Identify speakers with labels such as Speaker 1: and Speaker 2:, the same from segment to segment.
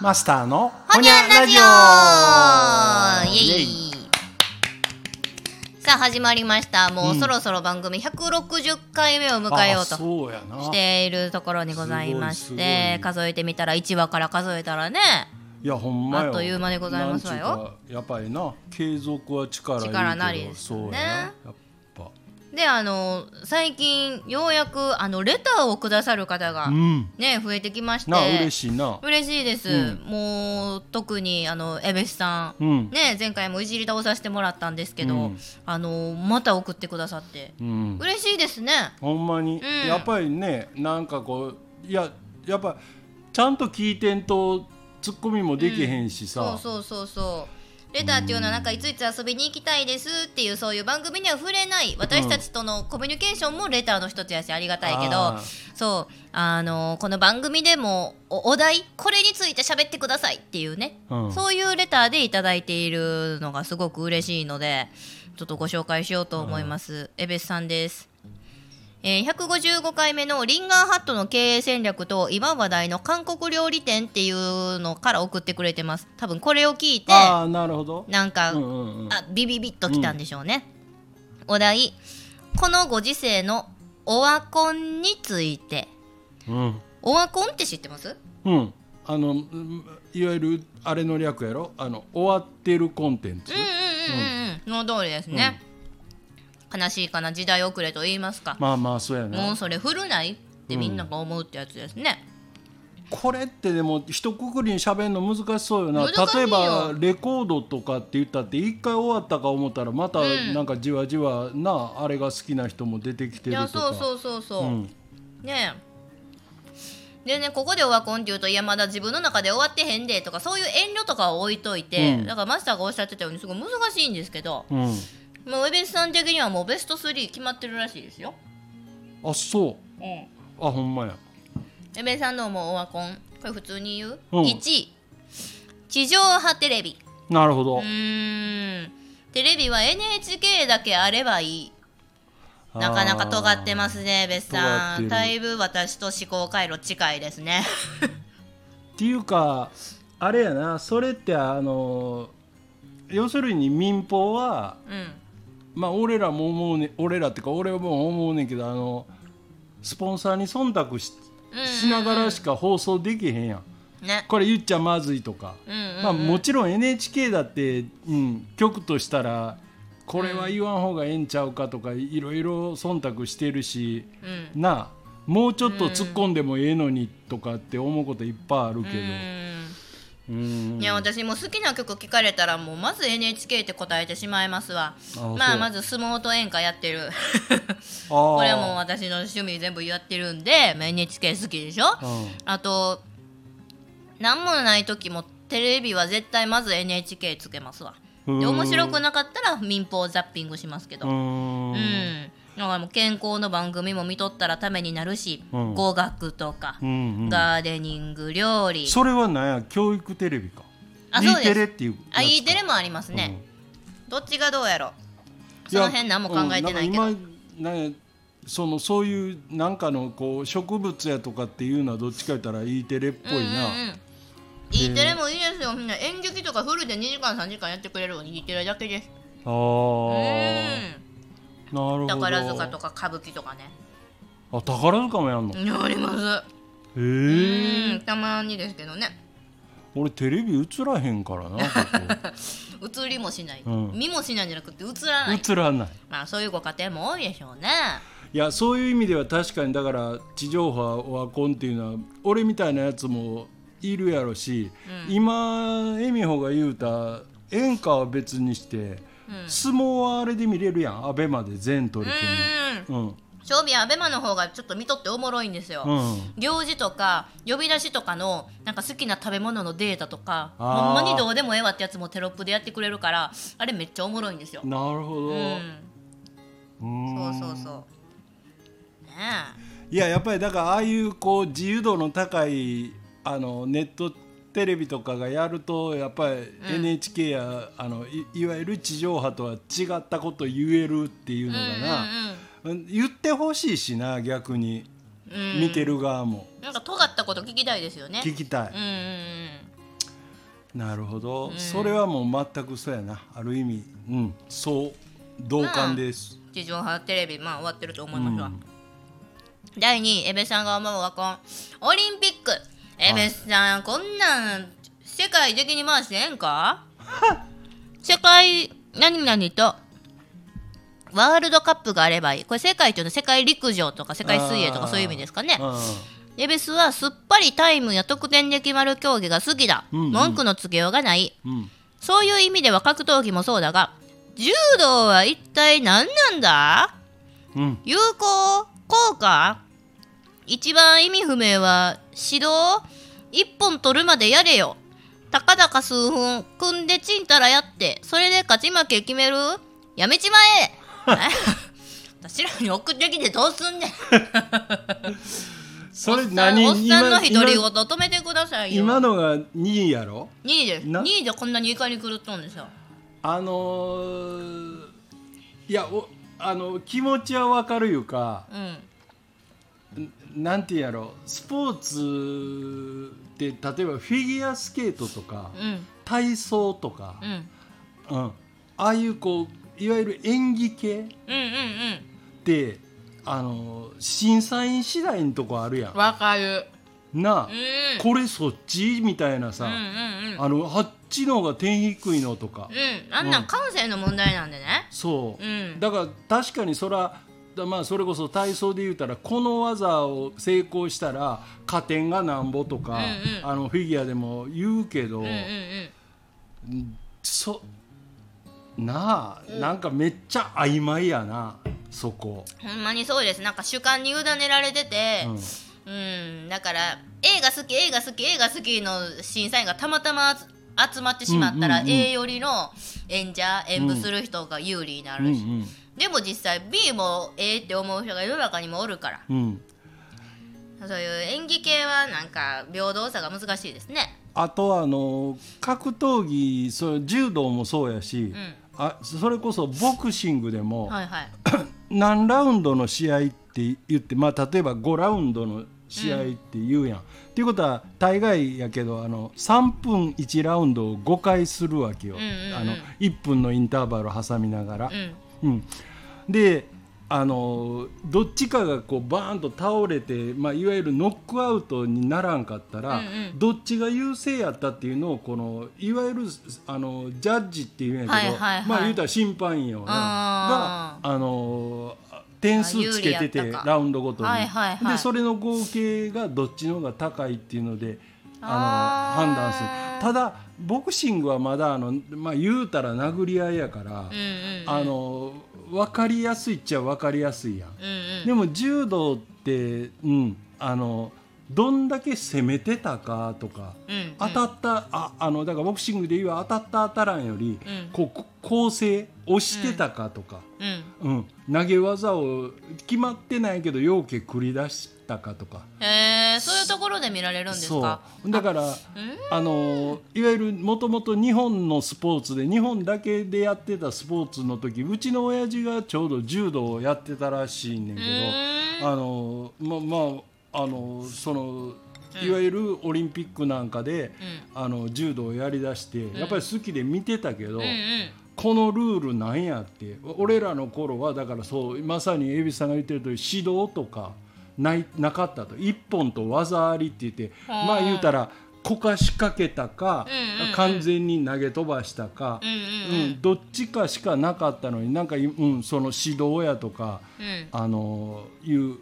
Speaker 1: マスターの
Speaker 2: ほにゃラジオイエイ
Speaker 1: イ
Speaker 2: さあ始まりましたもうそろそろ番組160回目を迎えよう
Speaker 1: あ
Speaker 2: と
Speaker 1: そうやな
Speaker 2: しているところにございまし
Speaker 1: すごいすご
Speaker 2: て
Speaker 1: い
Speaker 2: 数えてみたら1話から数えたらね
Speaker 1: いやほんまよ
Speaker 2: あっという間でございますわよ
Speaker 1: なんちゅうかやっぱりな継続は力いるけど
Speaker 2: 力なりです
Speaker 1: そう
Speaker 2: よ
Speaker 1: や
Speaker 2: ね
Speaker 1: なやっぱ
Speaker 2: であの最近ようやくあのレターをくださる方が
Speaker 1: うん
Speaker 2: ね増えてきまして
Speaker 1: な嬉しいな
Speaker 2: 嬉しいです、
Speaker 1: うん
Speaker 2: もう特にあのエベスさん、
Speaker 1: うん
Speaker 2: ね前回もいじり倒させてもらったんですけど、
Speaker 1: うん
Speaker 2: あのまた送ってくださって
Speaker 1: うん
Speaker 2: 嬉しいですね
Speaker 1: ほんまに
Speaker 2: うん
Speaker 1: やっぱりねなんかこういややっぱちゃんと聞いてんとツッコミもできへんし
Speaker 2: そう
Speaker 1: さ
Speaker 2: そうそうそうレターっていうのはなんかいついつ遊びに行きたいですっていうそういう番組には触れない私たちとのコミュニケーションもレターの一つやしありがたいけど
Speaker 1: あ
Speaker 2: そうあのこの番組でもおお題これについて喋ってくださいっていうね、
Speaker 1: うん
Speaker 2: そういうレターでいただいているのがすごく嬉しいのでちょっとご紹介しようと思います、エベスさんですえー155回目のリンガーハットの経営戦略と今話題の韓国料理店っていうのから送ってくれてます多分これを聞いて
Speaker 1: あーなるほど
Speaker 2: なんか、
Speaker 1: うんうんうん
Speaker 2: あビビビッときたんでしょうね、お題このご時世のオワコンについて
Speaker 1: うん
Speaker 2: オワコンって知ってます
Speaker 1: うん、あのうんいわゆるあれの略やろあの終わってるコンテンツ、
Speaker 2: うんうんうんうんうんの通りですね、悲しいかな時代遅れと言いますか、
Speaker 1: まあまあそうや
Speaker 2: も
Speaker 1: な
Speaker 2: うそれ古ないってみんなが思うってやつですね、
Speaker 1: これってでも一括りに喋るの難しそうよな
Speaker 2: 難しいよ
Speaker 1: 例えばレコードとかって言ったって一回終わったか思ったらまたなんかじわじわな、あれが好きな人も出てきて
Speaker 2: い
Speaker 1: ると
Speaker 2: や
Speaker 1: か
Speaker 2: そう
Speaker 1: う
Speaker 2: そうそうそう、
Speaker 1: ん
Speaker 2: ねえでねここでオワコンっていうといやまだ自分の中で終わってへんでとかそういう遠慮とかを置いといて、
Speaker 1: うん
Speaker 2: だからマスターがおっしゃってたようにすごい難しいんですけど、
Speaker 1: うん、
Speaker 2: もうエベスさん的にはもうベスト3決まってるらしいですよ。
Speaker 1: あそ
Speaker 2: う
Speaker 1: う
Speaker 2: ん。エ
Speaker 1: あほんまや
Speaker 2: ベスさんのもうオワコン。これ普通に言う、
Speaker 1: うん
Speaker 2: ?1 位。地上波テレビ。
Speaker 1: なるほど
Speaker 2: う、ーん。テレビは NHK だけあればいい。なかなか尖ってますすね、ベスさ
Speaker 1: 尖って
Speaker 2: ん。
Speaker 1: る
Speaker 2: だいぶ私と思考回路近いです ね。
Speaker 1: っていうかあれやなそれってあの要するに民放は
Speaker 2: うん。
Speaker 1: まあ俺らも思うね俺らってか俺も思うねんけどあのスポンサーに忖度し
Speaker 2: うんうんうん
Speaker 1: しながらしか放送できへんやん
Speaker 2: ね。
Speaker 1: これ言っちゃまずいとか、
Speaker 2: うんうん、うん
Speaker 1: まあ、もちろん NHK だって、うん、局としたらこれは言わん方がええんちゃうかとかいろいろ忖度してるし
Speaker 2: うん。
Speaker 1: なあもうちょっと突っ込んでもええのにとかって思うこといっぱいあるけど
Speaker 2: う。ーん
Speaker 1: うん
Speaker 2: いや私も好きな曲聞かれたらもうまず NHK って答えてしまいますわ
Speaker 1: あ
Speaker 2: ま
Speaker 1: そ
Speaker 2: あ
Speaker 1: う
Speaker 2: まず相撲と演歌やってる
Speaker 1: あー
Speaker 2: これはもう私の趣味全部やってるんで、まあ NHK 好きでしょ
Speaker 1: うん
Speaker 2: あと何もない時もテレビは絶対まず NHK つけますわで
Speaker 1: うーん
Speaker 2: 面白くなかったら民放ザッピングしますけど
Speaker 1: う
Speaker 2: うん
Speaker 1: ーん
Speaker 2: だからもう健康の番組も見とったらためになるし、
Speaker 1: うん
Speaker 2: 語学とか、
Speaker 1: うんうん
Speaker 2: ガーデニング料理
Speaker 1: それは何や教育テレビか
Speaker 2: あ
Speaker 1: E
Speaker 2: そうです
Speaker 1: テレっていうやつか
Speaker 2: あ E テレもありますね、どっちがどうやろ
Speaker 1: い
Speaker 2: そ
Speaker 1: や
Speaker 2: の辺何も考えてないけど、
Speaker 1: うんんか今なんやそのそういうなんかのこう植物やとかっていうのはどっちか言ったら E テレっぽいな、
Speaker 2: うんうんうん、E テレもいいですよ、みんな演劇とかフルで2時間3時間やってくれるのに E テレだけです
Speaker 1: あ
Speaker 2: う
Speaker 1: ー
Speaker 2: ん
Speaker 1: なるほど
Speaker 2: 宝塚とか歌舞伎とかね
Speaker 1: あ宝塚もやんの、へ
Speaker 2: うんあります
Speaker 1: え
Speaker 2: うんたまにですけどね
Speaker 1: 俺テレビ映らへんか らなこ
Speaker 2: 映りもしない、
Speaker 1: うん
Speaker 2: 見もしないんじゃなくて映ら
Speaker 1: こ
Speaker 2: ない
Speaker 1: 映らない
Speaker 2: まあそういうご家庭も多いでしょうね
Speaker 1: いやそういう意味では確かにだから地上波オワコンっていうのは俺みたいなやつもいるやろし、今恵美穂が言うた演歌は別にして、相撲はあれで見れるやんアベマで全取
Speaker 2: う
Speaker 1: り
Speaker 2: ん
Speaker 1: 組みうん
Speaker 2: 正味アベマの方がちょっと見とっておもろいんですよ、
Speaker 1: うん
Speaker 2: 行事とか呼び出しとかのなんか好きな食べ物のデータとかほ
Speaker 1: あー
Speaker 2: んまにどうでもええわってやつもテロップでやってくれるからあれめっちゃおもろいんですよ。
Speaker 1: なるほど、
Speaker 2: うん、そううんそうそう。ね
Speaker 1: いややっぱりだからああいうこう自由度の高いあのネットテレビとかがやるとやっぱり NHK や、あのいいわゆる地上波とは違ったこと言えるっていうの
Speaker 2: え。
Speaker 1: がな、うん言ってほしいしな逆に、
Speaker 2: うんうんうん。うん
Speaker 1: 見てる側も
Speaker 2: なんか尖ったこと聞きたいですよね。
Speaker 1: 聞きたい、
Speaker 2: うんうんうん。
Speaker 1: なるほど、それはもう全くそうやなある意味うんそう同感です、
Speaker 2: 地上波テレビまあ終わってると思いますが、第2位エベさんが思うワコンオリンピックエベさんこんなん世界的に回してええんか世界何々とワールドカップがあればいいこれ世界というのは世界陸上とか世界水泳とかそういう意味ですかねエベスはすっぱりタイムや得点で決まる競技が好きだ、
Speaker 1: うんうん
Speaker 2: 文句のつけようがない
Speaker 1: うん、うん、
Speaker 2: そういう意味では格闘技もそうだが柔道は一体何なんだ
Speaker 1: うん
Speaker 2: 有効効果一番意味不明は指導一本取るまでやれよたかだか数分組んでちんたらやってそれで勝ち負け決めるやめちまえ え私らに送ってきてどうすんねん
Speaker 1: そ
Speaker 2: おっ
Speaker 1: れ
Speaker 2: さん
Speaker 1: 何
Speaker 2: おっさんの
Speaker 1: 今
Speaker 2: 独り言止めてくださいよ
Speaker 1: 今今のが2位やろ
Speaker 2: 2位です
Speaker 1: な
Speaker 2: 2位でこんなに怒り狂っとんですよ
Speaker 1: あのー、いやおあの気持ちはわかるいうか
Speaker 2: うん
Speaker 1: なんていうんやろスポーツって例えばフィギュアスケートとか
Speaker 2: うん
Speaker 1: 体操とか
Speaker 2: う、ん
Speaker 1: うんああいうこういわゆる演技系っ
Speaker 2: うんうん
Speaker 1: てあの審査員次第のとこあるや
Speaker 2: うんわかる
Speaker 1: んな
Speaker 2: う、
Speaker 1: あ
Speaker 2: ん
Speaker 1: これそっちみたいなさ、
Speaker 2: うんうんうん
Speaker 1: あのあっちの方が点低いのとか、
Speaker 2: うんあんなん感性の問題なんでね
Speaker 1: そう、
Speaker 2: うん
Speaker 1: だから確かにそらだまあそれこそ体操で言うたらこの技を成功したら加点がなんぼとか、
Speaker 2: うんうん
Speaker 1: あのフィギュアでも言うけど、
Speaker 2: うんうんうん
Speaker 1: そなあ、なんかめっちゃ曖昧やなそこ、
Speaker 2: ほんまにそうですなんか主観に委ねられてて
Speaker 1: うん
Speaker 2: うん、だから映画好き映画好き映画好きの審査員がたまたま集集まってしまったら、
Speaker 1: うんうんうん
Speaker 2: A よりの演者演舞する人が有利にな
Speaker 1: う
Speaker 2: る
Speaker 1: んう
Speaker 2: し、
Speaker 1: ん
Speaker 2: でも実際 B も A って思う人が世の中にもおるから
Speaker 1: うん、
Speaker 2: そういう演技系はなんか平等さが難しいですね
Speaker 1: あとはあの格闘技それ柔道もそうやし、
Speaker 2: うん
Speaker 1: あそれこそボクシングでも、
Speaker 2: はいはい
Speaker 1: 何ラウンドの試合って言って、まあ、例えば5ラウンドの試合って言うやん。っていうことは大概やけどあの3分1ラウンドを5回するわけよ、
Speaker 2: うんうんうん
Speaker 1: あの1分のインターバルを挟みながら
Speaker 2: う。ん
Speaker 1: うんであのどっちかがこうバーンと倒れて、まあ、いわゆるノックアウトにならんかったら、
Speaker 2: うんうん
Speaker 1: どっちが優勢やったっていうのをこのいわゆるあのジャッジっていうんやけど、
Speaker 2: はいはいはい
Speaker 1: まあ言うたら審判員よな
Speaker 2: あ
Speaker 1: があの点数つけて
Speaker 2: あ有利
Speaker 1: て
Speaker 2: やったか
Speaker 1: ラウンドごとに、
Speaker 2: はいはいはい
Speaker 1: でそれの合計がどっちの方が高いっていうので
Speaker 2: あ
Speaker 1: あ
Speaker 2: ー
Speaker 1: の判断するただボクシングはまだあの、まあ、言うたら殴り合いやから。
Speaker 2: うんうんうん
Speaker 1: あの分かりやすいっちゃ分かりやすいやん、
Speaker 2: うんうん
Speaker 1: でも柔道って、うん、あのどんだけ攻めてたかとか
Speaker 2: うんうん
Speaker 1: 当たった、ああのだからボクシングで言う当たった当たらんより、
Speaker 2: うん
Speaker 1: こうこ構成押してたかとか、
Speaker 2: うん
Speaker 1: うん投げ技を決まってないけど要件繰り出したかとか。
Speaker 2: へえそういうところで見られるんですか
Speaker 1: そうだからあのいわゆるもともと日本のスポーツで日本だけでやってたスポーツの時うちの親父がちょうど柔道をやってたらしいね
Speaker 2: う
Speaker 1: んけ
Speaker 2: ーん
Speaker 1: どあのままああのそのいわゆるオリンピックなんかで、あの柔道をやりだして、やっぱり好きで見てたけど、
Speaker 2: うんうん
Speaker 1: このルールなんやって俺らの頃はだからそうまさに蛭子さんが言ってるとり指導とかないなかったと一本と技ありって言ってまあ言うたらこかしかけたか、
Speaker 2: うんうんうん
Speaker 1: 完全に投げ飛ばしたか
Speaker 2: う、ん
Speaker 1: うん
Speaker 2: うん
Speaker 1: どっちかしかなかったのになんか、うん、その指導やとか
Speaker 2: うん
Speaker 1: あのいう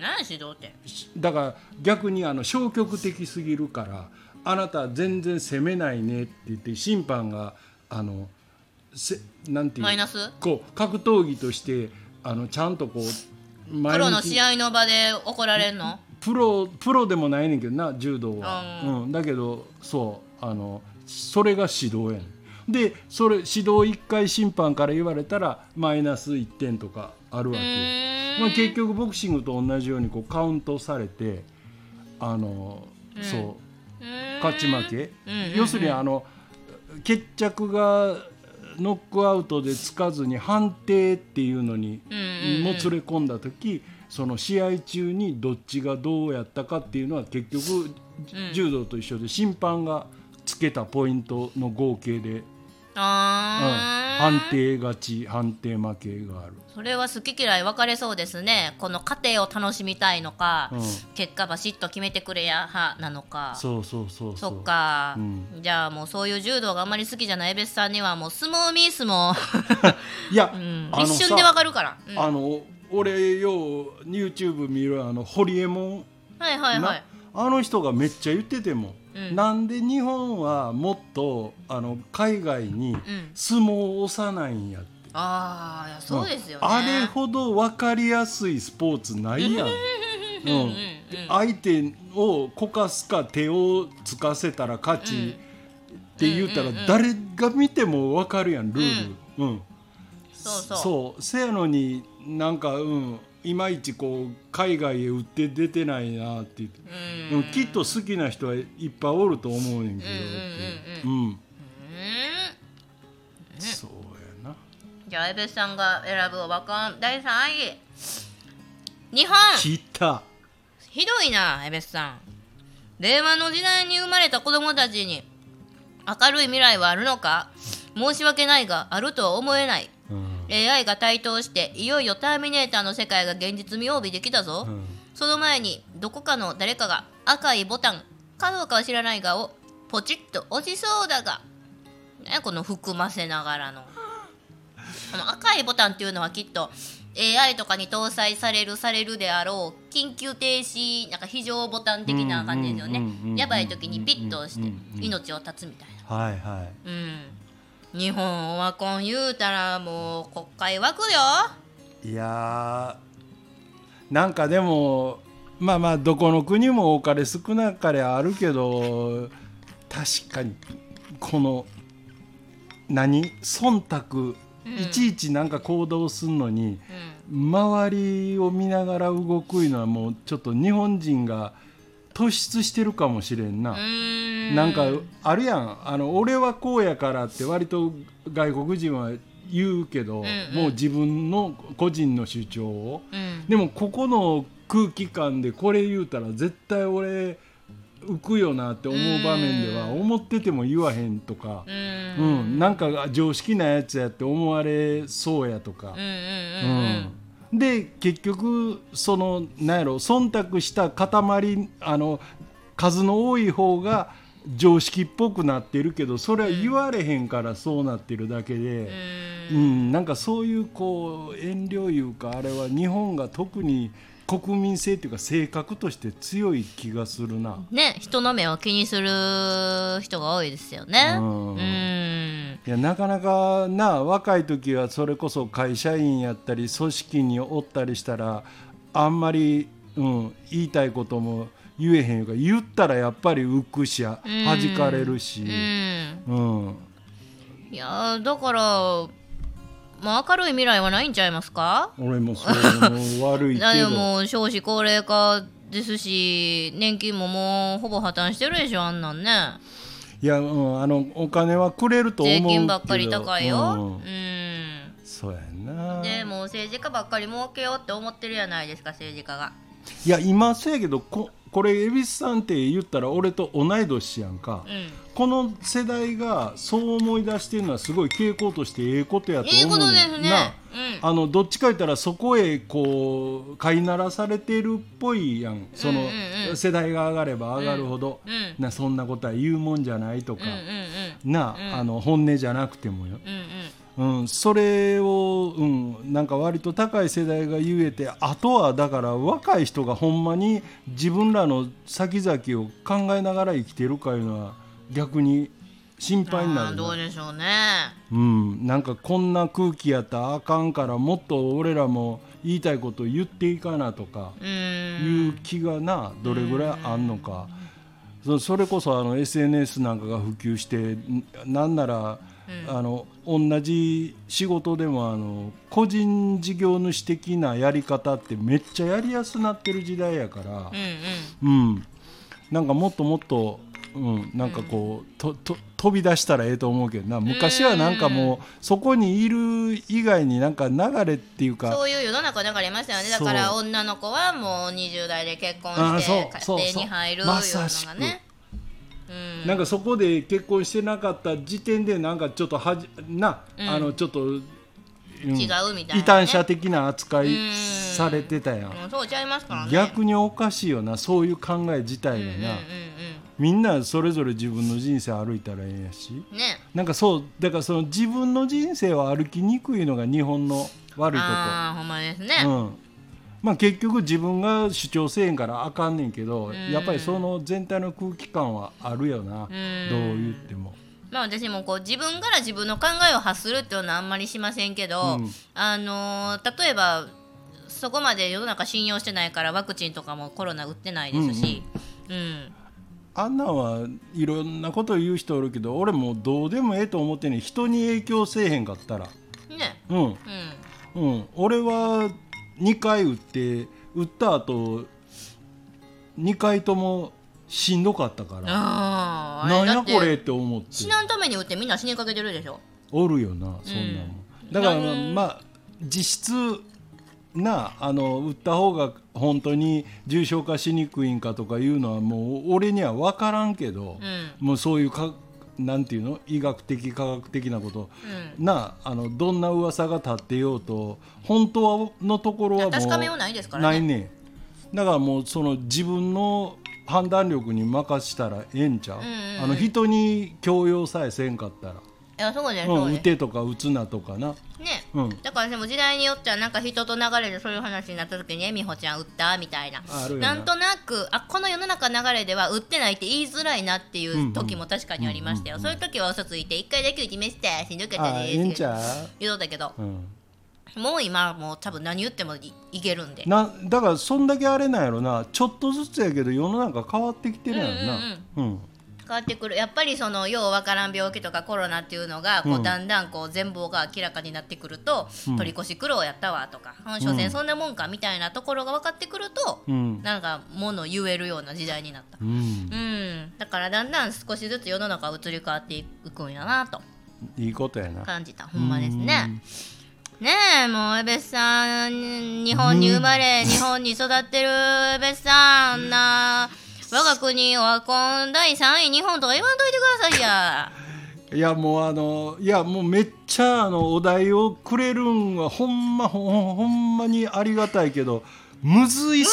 Speaker 2: 何指導って
Speaker 1: しだから逆にあの消極的すぎるからあなた全然攻めないねって言って審判があのせなんていう
Speaker 2: マイナス
Speaker 1: こう格闘技としてあのちゃんとこう
Speaker 2: プ
Speaker 1: 前
Speaker 2: ロ
Speaker 1: 向
Speaker 2: の
Speaker 1: き
Speaker 2: 試合の場で怒られるの
Speaker 1: プロプロでもないねんけどな柔道は、
Speaker 2: う
Speaker 1: うん、だけどそうあのそれが指導やねんでそれ指導1回審判から言われたらマイナス1点とかあるわ
Speaker 2: う
Speaker 1: けよ。
Speaker 2: ーん
Speaker 1: まあ、結局ボクシングと同じようにこうカウントされてあの、そう
Speaker 2: ーん
Speaker 1: う勝ち負け、
Speaker 2: うんうんうん
Speaker 1: 要するにあの決着がノックアウトでつかずに判定っていうのに
Speaker 2: うんうんうん
Speaker 1: もつれ込んだ時、その試合中にどっちがどうやったかっていうのは結局、柔道と一緒で審判がつけたポイントの合計で、うん、
Speaker 2: あー、
Speaker 1: 判定勝ち判定負けがある
Speaker 2: それは好き嫌い分かれそうですねこの過程を楽しみたいのか、
Speaker 1: うん
Speaker 2: 結果バシッと決めてくれや派なのかそ
Speaker 1: そうそうそうそう
Speaker 2: っか、
Speaker 1: うん
Speaker 2: じゃあもうそういう柔道があんまり好きじゃない別さんにはもう相撲ミース も、
Speaker 1: いや、
Speaker 2: うん
Speaker 1: あの
Speaker 2: 一
Speaker 1: さ
Speaker 2: 瞬で分かるから、うん
Speaker 1: あの俺よう YouTube 見るあのホリエモン
Speaker 2: はいはいはい
Speaker 1: なあの人がめっちゃ言ってても、
Speaker 2: うん
Speaker 1: なんで日本はもっとあの海外に
Speaker 2: ん
Speaker 1: 相撲を押さないんやって、
Speaker 2: ああいやそうですよね、
Speaker 1: あれほど分かりやすいスポーツないやん、うん
Speaker 2: うんうん
Speaker 1: で相手をこかすか手をつかせたら勝ち、
Speaker 2: うん
Speaker 1: って言ったら
Speaker 2: うんうんうん
Speaker 1: 誰が見ても分かるやんルール。うん
Speaker 2: そうそう
Speaker 1: せやのになんかうんいまいちこう海外へ売って出てないなって言って、
Speaker 2: うん
Speaker 1: うんきっと好きな人はいっぱいおると思うねんけどって
Speaker 2: う
Speaker 1: うん
Speaker 2: うん
Speaker 1: そうやな
Speaker 2: じゃあ江別さんが選ぶ和漢第3位日本
Speaker 1: 聞いた
Speaker 2: ひどいな江別さん令和の時代に生まれた子供たちに明るい未来はあるのか申し訳ないがあるとは思えない
Speaker 1: うん
Speaker 2: AI が台頭していよいよターミネーターの世界が現実味を帯びてきたぞ、
Speaker 1: うん
Speaker 2: その前にどこかの誰かが赤いボタンかどうかは知らないがをポチッと押しそうだが、ね、この含ませながらの この赤いボタンっていうのはきっと AI とかに搭載されるされるであろう緊急停止なんか非常ボタン的な感じですよ
Speaker 1: うんうんうんうんうんう
Speaker 2: ね
Speaker 1: ん
Speaker 2: やばい時にピッと押して
Speaker 1: うんうんうん
Speaker 2: 命を絶つみたいな
Speaker 1: はいはい
Speaker 2: うん日本オワコン言うたらもう国会湧くよ
Speaker 1: いやーなんかでもまあまあどこの国も多かれ少なかれあるけど確かにこの何忖度、
Speaker 2: うん
Speaker 1: いちいちなんか行動するのに
Speaker 2: うん
Speaker 1: 周りを見ながら動くいうのはもうちょっと日本人が突出してるかもしれんな。
Speaker 2: うーん
Speaker 1: なんかあるやんあの俺はこうやからって割と外国人は言うけど、
Speaker 2: んうん
Speaker 1: もう自分の個人の主張を
Speaker 2: うん
Speaker 1: でもここの空気感でこれ言うたら絶対俺浮くよなって思う場面では
Speaker 2: うん
Speaker 1: 思ってても言わへんとか
Speaker 2: う、ん
Speaker 1: うんなんか常識なやつやって思われそうやとか。
Speaker 2: うんうんうんうん
Speaker 1: うんで結局そのなんやろ忖度した塊あの数の多い方が常識っぽくなってるけどそれは言われへんからそうなってるだけ
Speaker 2: う
Speaker 1: で、
Speaker 2: ん
Speaker 1: うんなんかそういうこう遠慮いうかあれは日本が特に国民性というか性格として強い気がするな。
Speaker 2: ね人の目を気にする人が多いですよね
Speaker 1: う
Speaker 2: うんん
Speaker 1: いやなかなかな若い時はそれこそ会社員やったり組織におったりしたらあんまり、うん、言いたいことも言えへんいうか言ったらやっぱり浮くしは
Speaker 2: うん
Speaker 1: じかれるし
Speaker 2: う、ん
Speaker 1: うん
Speaker 2: いやーだからもう明るい未来はないんちゃいますか
Speaker 1: 俺もそれも悪い け
Speaker 2: だって
Speaker 1: ど
Speaker 2: もう少子高齢化ですし年金ももうほぼ破綻してるでしょあんなんね
Speaker 1: いや、うん、あのお金はくれると思う
Speaker 2: 税
Speaker 1: けど
Speaker 2: 金ばっかり高いよう
Speaker 1: う
Speaker 2: んん
Speaker 1: そうやな
Speaker 2: でもう政治家ばっかり儲けようって思ってるやないですか政治家が
Speaker 1: いや今そうやけどここれ蛭子さんって言ったら俺と同い年やんか。
Speaker 2: うん
Speaker 1: この世代がそう思い出してるのはすごい傾向としてええことやと
Speaker 2: いい
Speaker 1: 思
Speaker 2: こ
Speaker 1: う
Speaker 2: とで
Speaker 1: ねん
Speaker 2: すねう
Speaker 1: な
Speaker 2: ん
Speaker 1: あのどっちか言ったらそこへこう飼いならされてるっぽいやんその、
Speaker 2: うんうんうん
Speaker 1: 世代が上がれば上がるほど、
Speaker 2: うん
Speaker 1: なそんなことは言うもんじゃないとか、
Speaker 2: うんうん
Speaker 1: な、
Speaker 2: ん
Speaker 1: あの本音じゃなくてもよ、
Speaker 2: うんうん
Speaker 1: うん、それを、うん、なんか割と高い世代が言えてあとはだから若い人がほんまに自分らの先々を考えながら生きてるかいうのは逆に心配にな
Speaker 2: あー
Speaker 1: る
Speaker 2: どう
Speaker 1: な、
Speaker 2: でしょうね
Speaker 1: うん、なんかこんな空気やったらあかんからもっと俺らも言いたいこと言っていかなとか
Speaker 2: うーん
Speaker 1: いう気がなどれぐらいあんのか。そそれこそあの SNS なんかが普及してんなんなら、あの同じ仕事でもあの個人事業主的なやり方ってめっちゃやりやすなってる時代やから
Speaker 2: うん、
Speaker 1: うんなんかもっともっと、うん、なんかこう、とと飛び出したらええと思うけどな昔はなんかもうそこにいる以外になんか流れっていう
Speaker 2: うん、
Speaker 1: か
Speaker 2: そういう世の中だからいましたよねだ
Speaker 1: そう
Speaker 2: から女の子はもう20代で結婚
Speaker 1: あー
Speaker 2: して
Speaker 1: そうそう
Speaker 2: 家庭
Speaker 1: そう
Speaker 2: に入るような
Speaker 1: ま
Speaker 2: の
Speaker 1: さしく
Speaker 2: がねうん
Speaker 1: なんかそこで結婚してなかった時点でなんかちょっとはじな、
Speaker 2: うん
Speaker 1: あのちょっと、うん
Speaker 2: 違うみたいなね
Speaker 1: 異端者的な扱い
Speaker 2: うん
Speaker 1: されてたやん
Speaker 2: もうそうちゃいますからね
Speaker 1: 逆におかしいよなそういう考え自体がな、
Speaker 2: うんうんうん
Speaker 1: みんなそれぞれ自分の人生歩いたらええやし
Speaker 2: うんね
Speaker 1: なんかそうだからその自分の人生を歩きにくいのが日本の悪いとこ
Speaker 2: ああほんまですね、
Speaker 1: うんまあ、結局自分が主張せえへんからあかんねんけど、
Speaker 2: ん
Speaker 1: やっぱりその全体の空気感はあるよな、
Speaker 2: ん
Speaker 1: どう言っても。
Speaker 2: まあ私もこう自分から自分の考えを発するっていうのはあんまりしませんけど、
Speaker 1: うん
Speaker 2: あのー例えばそこまで世の中信用してないからワクチンとかもコロナ打ってないですし、うん
Speaker 1: あんなんはいろんなこと言う人おるけど俺もうどうでもええと思ってんねん人に影響せえへんかったら、
Speaker 2: ね
Speaker 1: うん
Speaker 2: う
Speaker 1: うん、俺は2回打って打った後2回ともしんどかったか
Speaker 2: ん
Speaker 1: ら
Speaker 2: あーあ
Speaker 1: なん
Speaker 2: れだ
Speaker 1: や
Speaker 2: って
Speaker 1: これって思って
Speaker 2: 死なんために打ってみんな死にかけてるでしょ
Speaker 1: おるよなそんなんも、
Speaker 2: うん
Speaker 1: ん、だから
Speaker 2: なん
Speaker 1: まあ実質なあの売った方が本当に重症化しにくいんかとかいうのはもう俺には分からんけど
Speaker 2: う、ん
Speaker 1: もうそういうかなんていうの医学的科学的なこと
Speaker 2: うん
Speaker 1: なあのどんな噂が立ってようと本当はのところはもう
Speaker 2: 確かめようないですから
Speaker 1: な
Speaker 2: ね
Speaker 1: いねんだからもうその自分の判断力に任したらええんちゃ
Speaker 2: ん
Speaker 1: う,、
Speaker 2: うんうん
Speaker 1: あの人に強要さえせんかったら。、
Speaker 2: いやそうですそううんで
Speaker 1: 打
Speaker 2: す、
Speaker 1: てとか打つなとかな、
Speaker 2: ね
Speaker 1: うん、
Speaker 2: だからでも時代によってはなんか人と流れでそういう話になった時に「えみほちゃん打った?」みたいな
Speaker 1: あるよ
Speaker 2: な
Speaker 1: なん
Speaker 2: となくあこの世の中流れでは売ってないって言いづらいなっていう時も確かにありましたよ、そういう時は嘘ついて一回だけ打ちめしてしんどかった
Speaker 1: あ
Speaker 2: で
Speaker 1: いいん
Speaker 2: ーす
Speaker 1: ちゃ
Speaker 2: 言うとったけど
Speaker 1: う、うん、
Speaker 2: もう今はもう多分何言ってもいいけるんで
Speaker 1: なだからそんだけあれなんやろなちょっとずつやけど世の中変わってきてるやろなうん
Speaker 2: 変わってくるやっぱりそのようわからん病気とかコロナっていうのがこう、
Speaker 1: うん
Speaker 2: だんだんこう全貌が明らかになってくると、取り越し苦労やったわとかうん所詮そんなもんかみたいなところが分かってくると、
Speaker 1: うん
Speaker 2: なんか物言えるような時代になった
Speaker 1: う。ん
Speaker 2: うん、だからだんだん少しずつ世の中は移り変わっていくんやなと
Speaker 1: いいことやな
Speaker 2: 感じたほんまですね。ねえもう江別さん日本に生まれ日本に育ってる江別さんあんな我が国オワコン第3位日本とか言わんといてくださいや。
Speaker 1: いやもうあのいやもうめっちゃあのお題をくれるんはほんまほんほんまにありがたいけどむずい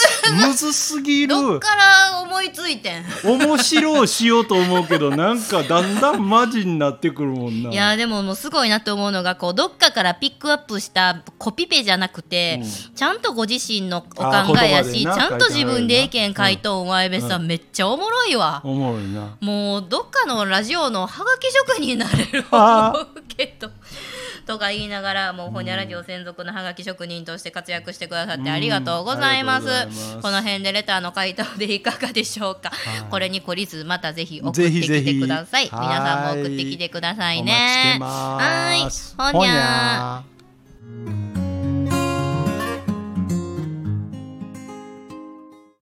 Speaker 1: むずすぎる
Speaker 2: どっから思いついてん
Speaker 1: 面白をしようと思うけどなんかだんだんマジになってくるもんない
Speaker 2: やでももうすごいなと思うのがこうどっかからピックアップしたコピペじゃなくて、ちゃんとご自身のお考
Speaker 1: あー
Speaker 2: えや
Speaker 1: 言
Speaker 2: しち
Speaker 1: 葉でな
Speaker 2: ゃんと
Speaker 1: 書い
Speaker 2: 自
Speaker 1: てあるよな
Speaker 2: 分で意見書いとんわ江部さん、めっちゃおもろいわ、
Speaker 1: おもろいな
Speaker 2: もうどっかのラジオのハガキ職人になれる
Speaker 1: あ
Speaker 2: 思うけ どとか言いながらもうホニャラジオ専属のハガキ職人として活躍してくださってありがとうございます,、
Speaker 1: うんありがとうございます
Speaker 2: この辺でレターの回答でいかがでしょうか、これに懲りずまたぜひ送って
Speaker 1: ぜひ
Speaker 2: き
Speaker 1: ぜ
Speaker 2: て
Speaker 1: ひ
Speaker 2: ください皆さんも送ってきてくださいね
Speaker 1: お待ちしてます
Speaker 2: はいほにゃー
Speaker 1: ほにゃー